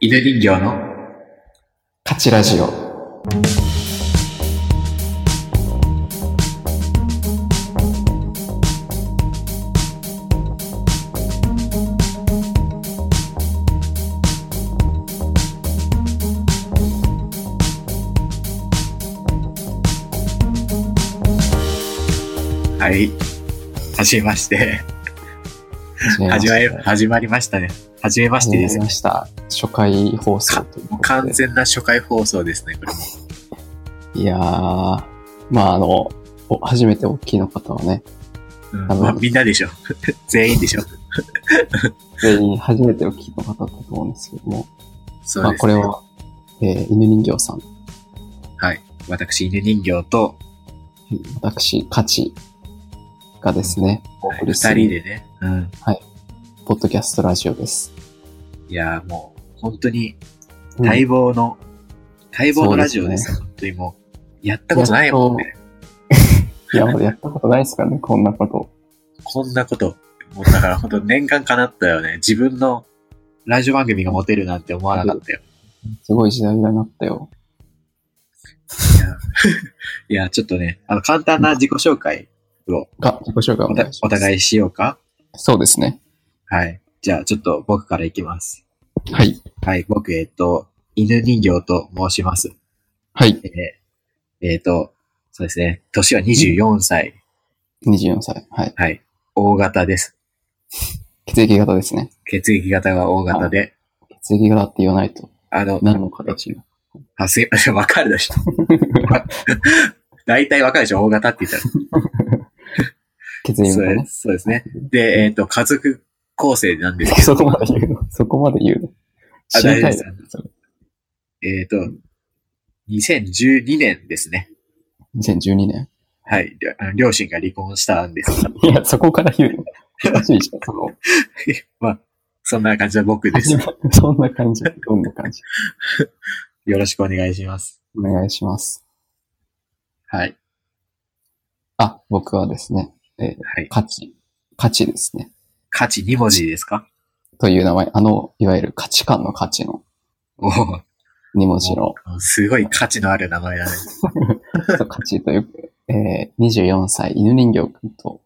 犬人形のカチラジオ。はい。はじめまして。 始まり、始まりましたね。はじめましてです始まりました。初回放送ということで完全な初回放送ですね、これも。いやー、まああの、お初めて大きいの方はね、うん多分まあ、みんなでしょ。 全員でしょ。全員初めて大きいの方だと思うんですけども、そうまあですこね。れは、えー犬人形さん、はい。私、犬人形と、私、カチがですね、おはい送二りす人る、でね。うん。ポッドキャストラジオです。いやーもう、本当に、うん待望の、待望のラジオです。そ本当にもう、やったことないもんね。いや、まだやったことないですからね、こんなこと。こんなこと。もうだから本当念願かなったよね。自分のラジオ番組が持てるなんて思わなかったよ。すごい時代になったよ。いや、ちょっとね、あの、簡単な自己紹介をが、自己紹介おお願いします。お互いしようか。そうですね。はい。じゃあ、ちょっと僕からいきます。はい。はい、僕、えっ、と、犬人形と申します。はい。えーえっ、と、そうですね、年は24歳。 24歳。はい。はい。大型です。血液型ですね。血液型が大型で、血液型って言わないと、あの、何の形が。あ、すいません、 わかるでしょ。大体わかるでしょ、大型って言ったら。血液そ型うでね。すそうですね。で、えっ、と、家族構成なんですけどそこまで言うの。そこまで言うの。あ知りた大い丈夫それえっ、と、2012年ですね。 2012年。はい。りょあの両親が離婚したんですが。いや、そこから言うの。恥ずかしいじゃん、その。まあ、そんな感じの僕です。初よめそんな感じ。どんな感じ。ろしくお願いします。お願いします。はい。あ、僕はですね、はい。価値。価値ですね。価値2文字ですかという名前。あの、いわゆる価値観の価値のおお2文字のすごい価値のある名前だね。価値という、えー、24歳、犬人形くんと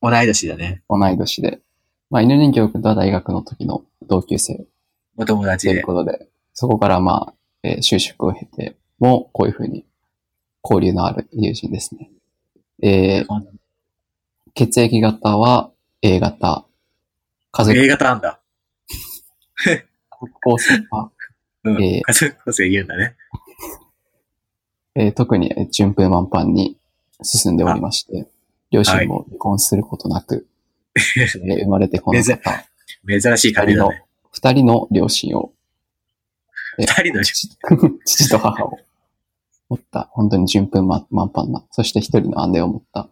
同い年だね。同い年で、まあ、犬人形くんとは大学の時の同級生お友達というで。ことで、そこからまあ、えー就職を経ても、こういうふうに交流のある友人ですね。えー血液型は A 型。家族 A 型なんだ。構成は、うん。えー家族構成言うんだね。えー特にえー順風満帆に進んでおりまして、両親も離婚することな く、えー生まれてこなかった珍しい二感じ人だのね。、二人の両親を、え二人の父父 と母を持った、本当に順風満満帆な、そして一人の姉を持った、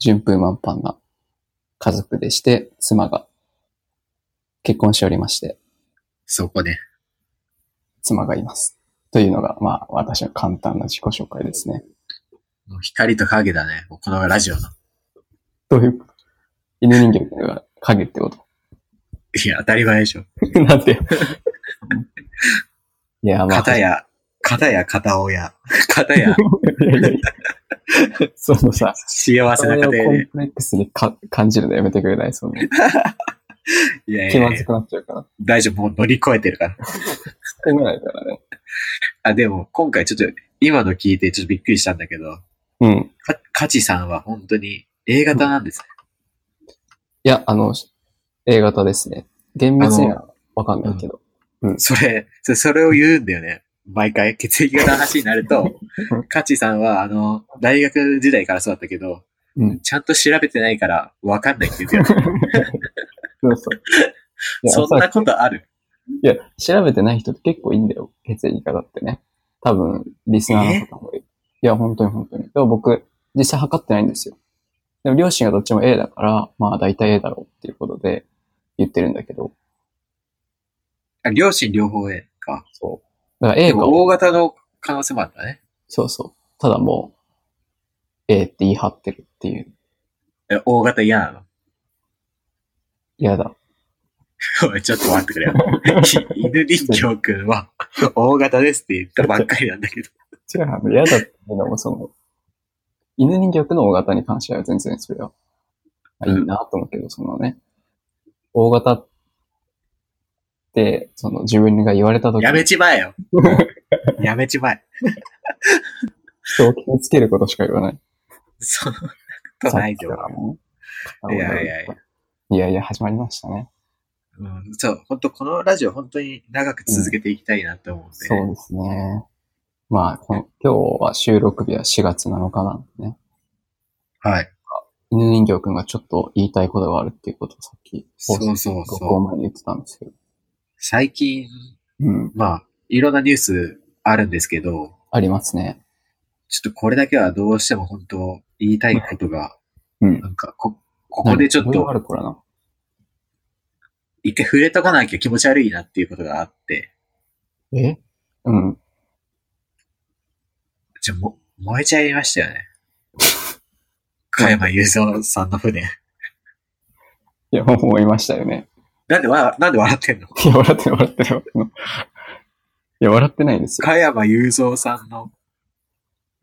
順風満帆な家族でして、妻が結婚しておりまして、そこね。妻がいます。というのが、まあ、私の簡単な自己紹介ですね。もう光と影だね。もうこのラジオの。どういうこと犬人形っていうのは影ってこといや、当たり前でしょ。な んて。いや、まあ。片や、片や片親。片やいやいやい やそのさ、幸そせなれを家庭コでン。プレックスにか感じるのやめてくれないそのいやい気やまいずや、くなっちゃうから。大丈夫。もう乗り越えてるから。してこないからね。あ、でも、今回ちょっと、今の聞いてちょっとびっくりしたんだけど、うん。いか、かちさんは本当に A 型なんですね。や、あの、A 型ですね。厳密にはわかんないけど。それ、それ、それを言うんだよね。毎回、血液型の話になると、かちさんは、あの、大学時代からそうだったけど、うん。ちゃんと調べてないから、わかんないって言 ってそうそう。いる。やそんなことあるいや、調べてない人って結構いいんだよ。血液型ってね。多分、リスナーの方もいる。いや、本当に本当に。でも僕、実際測ってないんですよ。でも両親がどっちも A だから、まあ大体 A だろうっていうことで言ってるんだけど、あ両親両方 A か。そう。だから A でがも、大型の可能性もあったね。そうそう。ただもう、A って言い張ってるっていう。え大型嫌なの嫌だ。 おいちょっと待ってく れよ。犬林京くんは、大型ですって言ったばっかりなんだけど。違う、あの、嫌だっていうのもその、犬人形の大型に関しては全然それは、あいいなと思うけど、そのね、大型って、その自分が言われた時やめにちまえよ。やめちまえ。人を傷つけることしか言わない。そんなことないよさっき。からもういやいやいや。いやいや、始まりましたね。うん、そう、本当このラジオ本当に長く続けていきたいなって思うんで。そうですね。まあ、この今日は収録日は4月7日なんでね。はい。犬人形くんがちょっと言いたいことがあるっていうことをさっき、そうそう放送そう。前に言ってたんですけど。最近、うん。まあ、いろんなニュースあるんですけど、ありますね。ちょっとこれだけはどうしても本当言いたいことが、うん。なんかこ、ここでちょっ何いろいろあとるからな。一回触れとかなきゃ気持ち悪いなっていうことがあって、えうん。ちょ、も、燃えちゃいましたよね。加山雄三さんの船。いや、思いましたよね。 なんでわ、なんで笑ってんのいや、笑ってる、笑ってる。 いや、笑ってないですよ。加山雄三さんの、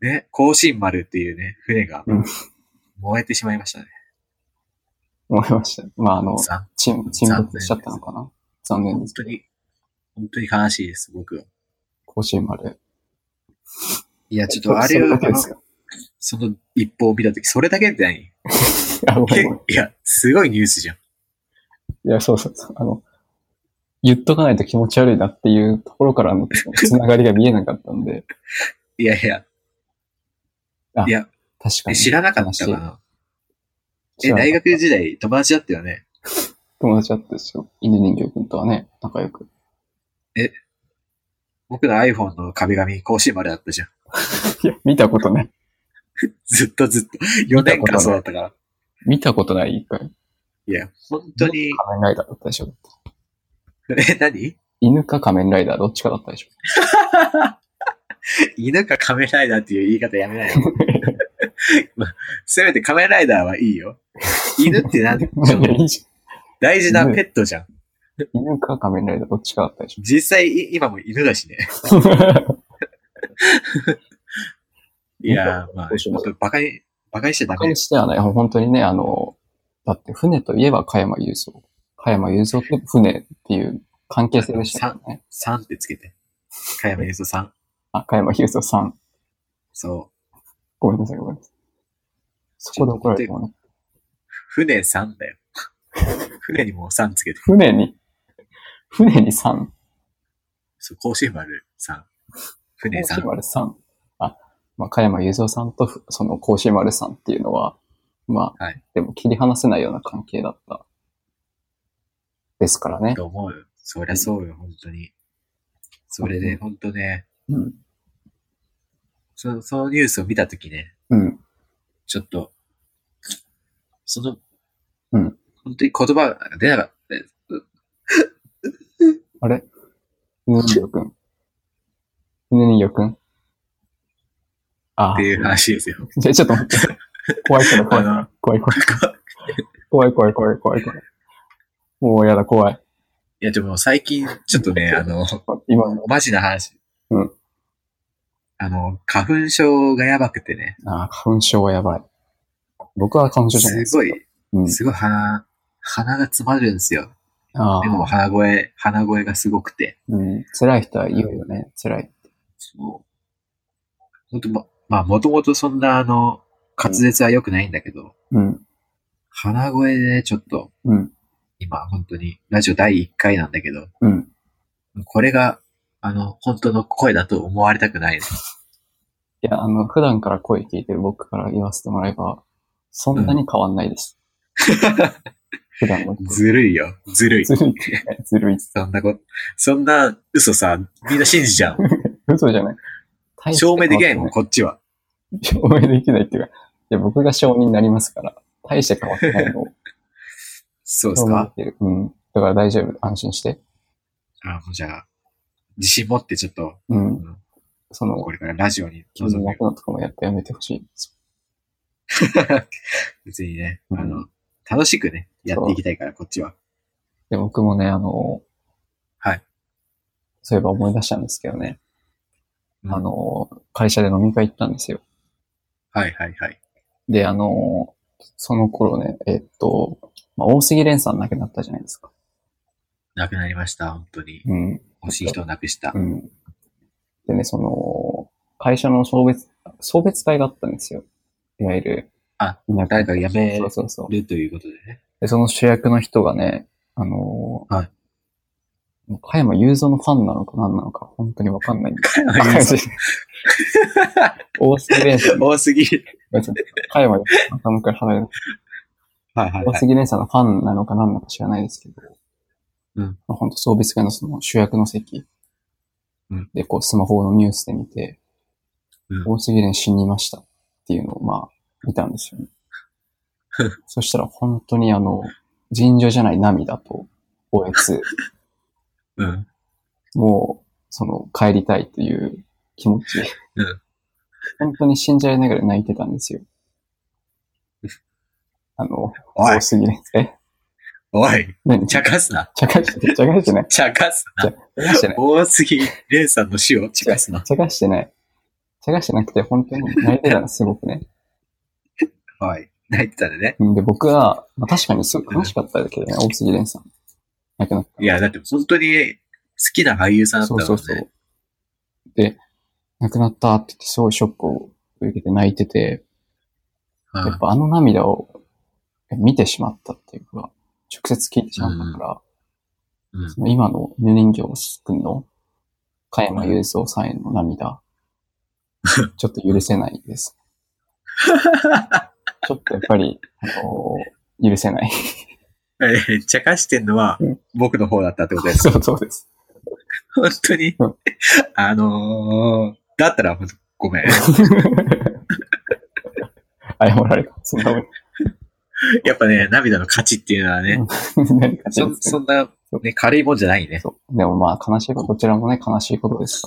ね、甲信丸っていうね、船がうん、燃えてしまいましたね。思いました。まあ、あの、残沈沈没しちゃったのかな。残念で本す。当に、本当に悲しいです、僕は。甲子園まで。いや、ちょっとあれそを、だけですかその一報を見たとき、それだけって何あごめんごめんいや、すごいニュースじゃん。いや、そうそうそう。あの、言っとかないと気持ち悪いなっていうところから のつながりが見えなかったんで、いやいやあ。いや、確かえに。知らなかったかな。知え、らなかった大学時代友達だったよね。友達だったんですよ。犬人形くんとはね、仲良く。僕の iPhone の壁紙、甲子園丸だったじゃん。いや、見たことない。ずっとずっと。4た年ことない間そうだったから。見たことない、一回。いや、本当に、仮面ライダーだったでしょ。え、何犬か仮面ライダーどっちかだった でしょ。犬か仮面ライダーっていう言い方やめ ないよ。まあせめて仮面ライダーはいいよ。犬ってなん いやいいじ大事なペットじゃん。ゃん犬か仮面ライダーどっちかだったでし実際い今も犬だしね。ょ。いやー、まあ、どうしよう本当バカに、バカにしちゃダバカメに。してはない。本当にね、あの、だって船といえば加山雄三。加山雄三と船っていう関係性でしたからね。 3ってつけて。加山雄三さん。あ、加山雄三さん。そう。ごめんなさい、ごめんなさい。そこで怒られてもね。船さんだよ。船にもうさんつけて。船に、船に3。そう、甲子園丸さん。船さ甲子ん。丸3。あ、まあ、加山雄三さんとふ、その甲子丸さんっていうのは、まあ、はいでも切り離せないような関係だった。ですからね。と思うよ。そりゃそうよ、本当に。それで、本当ね、うん。その、そのニュースを見たときね、うん。ちょっと、その、うん。本当に言葉が出なかった。あれ犬人形くん。犬人形くんあっあて。いう話ですよ。じゃあちょっと待って。怖いから怖いあの。怖い怖い。怖い怖い怖い怖い怖い。もうやだ怖い。いや、でも最近、ちょっとね、あの、今の。マジな話。うん。あの、花粉症がやばくてね、ああ、花粉症はやばい。僕は花粉症じゃないですす。ごい、うん。すごい鼻、鼻が詰まるんですよ。ああで、も鼻声、鼻声がすごくて。うん。辛い人は言うよね。辛い。そう。本当ま、まあ、もともとそんな、あの、滑舌は良くないんだけど、うん。鼻声でね、ちょっと、うん。今、本当に、ラジオ第1回なんだけど、うん。これが、あの、本当の声だと思われたくないの。いや、あの、普段から声聞いてる僕から言わせてもらえば、そんなに変わんな いです。普段の声。ずるいよ。ずるい。ずるいって言えない。ずるいっす。そんなこと、そんな嘘さ、みんな信じ ちゃう。嘘じゃない。大して証明できないもん、変わこっちは。ってない。証明できないっていうか、いや、僕が証人になりますから、大して変わってないの をそうです証明でかきてる。うん。だから大丈夫。安心して。あもうじゃあ、自信持ってちょっと、うん。その、これからラジオに気臨にむ なよく。のとかもやってやめてほしい。別にね、うんあの、楽しくね、やっていきたいから、こっちは。で、僕もね、あの、はい。そういえば思い出したんですけどね、うんあの、会社で飲み会行ったんですよ。はいはいはい。で、あの、その頃ね、えっと、まあ、大杉蓮さん亡くなったじゃないですか。亡くなりました、本当に。うん。欲しい人を亡くした。うん。でね、その、会社の送別、送別会があったんですよ。いわゆる。あ、田誰か辞めそうそうそう。るということで ね。で、その主役の人がね、あのーはいもう加山雄三のファンなのか何なのか、本当にわかんないんです加けど。山雄三 大杉蓮さん 多すぎる。加山雄三頭から離れないはいはい大はい。杉蓮さんのファンなのか何なのか知らないですけど。うんまあ、本当送別会のその主役の席。うんで、こう、スマホのニュースで見て、うん大杉蓮死にましたっていうのを、まあ、見たんですよね。 そしたら本当にあの、尋常じゃない涙と、おや つ、うん。もう、その、帰りたいという気持ち。うん本当に信じられながら泣いてたんですよ。あの、おい多すぎです。えおい、 何ちゃかすな。ちゃ かして、ちゃかしてない。ちゃかすな。ちゃかしてない。大杉蓮さんの死をちゃかすな。ちゃかしてない。ちゃかしてなくて、本当に泣いてたの、すごくね。はい。泣いてたでね。で、僕は、まあ、確かにすごく悲しかったけどね、大杉蓮さん。亡くなっいや、だって本当に好きな俳優さんた。だったそかうらね。そうそう。で、亡くなったって言って、すごいショックを受けて泣いてて、うんやっぱあの涙を見てしまったっていうか、直接聞いてしまったから、うんその今の犬人形をすくんの、加山雄三さんへ の涙、ちょっと許せないです。ちょっとやっぱり、あのー許せない。えー、茶化してんのはうん僕の方だったってことです。そう そうです。本当にうん。あのー、だったらほんとごめん。い謝られた。そんなもん。やっぱね、涙の価値っていうのはね、何かそそんな、ね、軽いもんじゃないね。そうでもまあ悲しいこと、こちらもね、悲しいことです。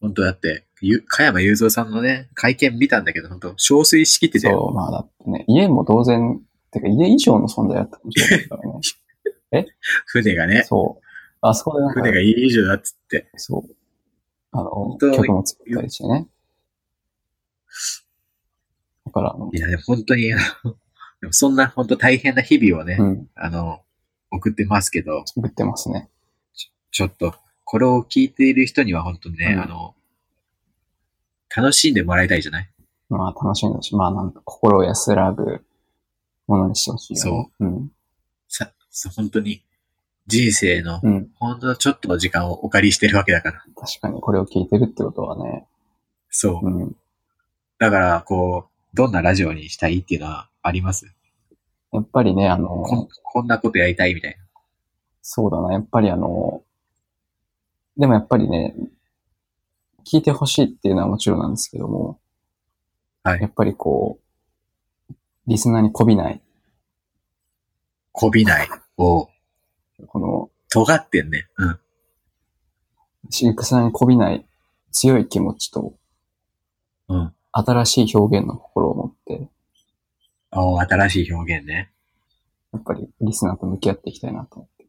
本当だって、ゆ加山雄三さんのね、会見見たんだけど、本当憔悴しきってたよ。そう、まあだってね、家も当然、てか家以上の存在だったかもしれな いからね。船がね、そう。あそこでなんか、船がいい以上だっつって。そう。あの、当に曲も作ったりしてね。だから、あのいや、でも本当に、あのでもそんな本当大変な日々をね、うん、あの、送ってますけど、作ってますね。ちょっと、これを聞いている人には本当にね、うんあの、楽しんでもらいたいじゃないまあ楽しみだし、まあなんか心を安らぐものにしてほしいよね。そう。うん。さ、そう本当に、人生の、うん。ほんのちょっとの時間をお借りしてるわけだから。確かにこれを聞いてるってことはね、そう。うん。だから、こう、どんなラジオにしたいっていうのはありますやっぱりね、あの、こんこんなことやりたいみたいな。そうだな、やっぱりあの、でもやっぱりね、聞いてほしいっていうのはもちろんなんですけども、はいやっぱりこう、リスナーに媚びない、こびない。をこの、尖ってんね。うん。飼育さんに媚びない強い気持ちと、うん。新しい表現の心を持って、おー新しい表現ね。やっぱりリスナーと向き合っていきたいなと思って。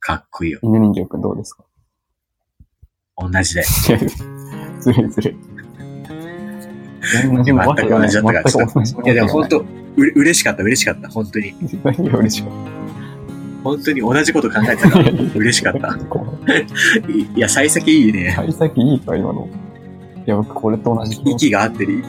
かっこいいよ。犬人形くんどうで すか同じで。ずるいずるい。全く同全じだったから。ちょ全っく同じといや、でも本当、うれ嬉しかった、嬉しかった。本当に。何が嬉しかっ本当に同じこと考えてたたから。嬉しか った。いや、幸先いいね。幸先いいか、今の。いや、僕これと同じ。息が合ってる。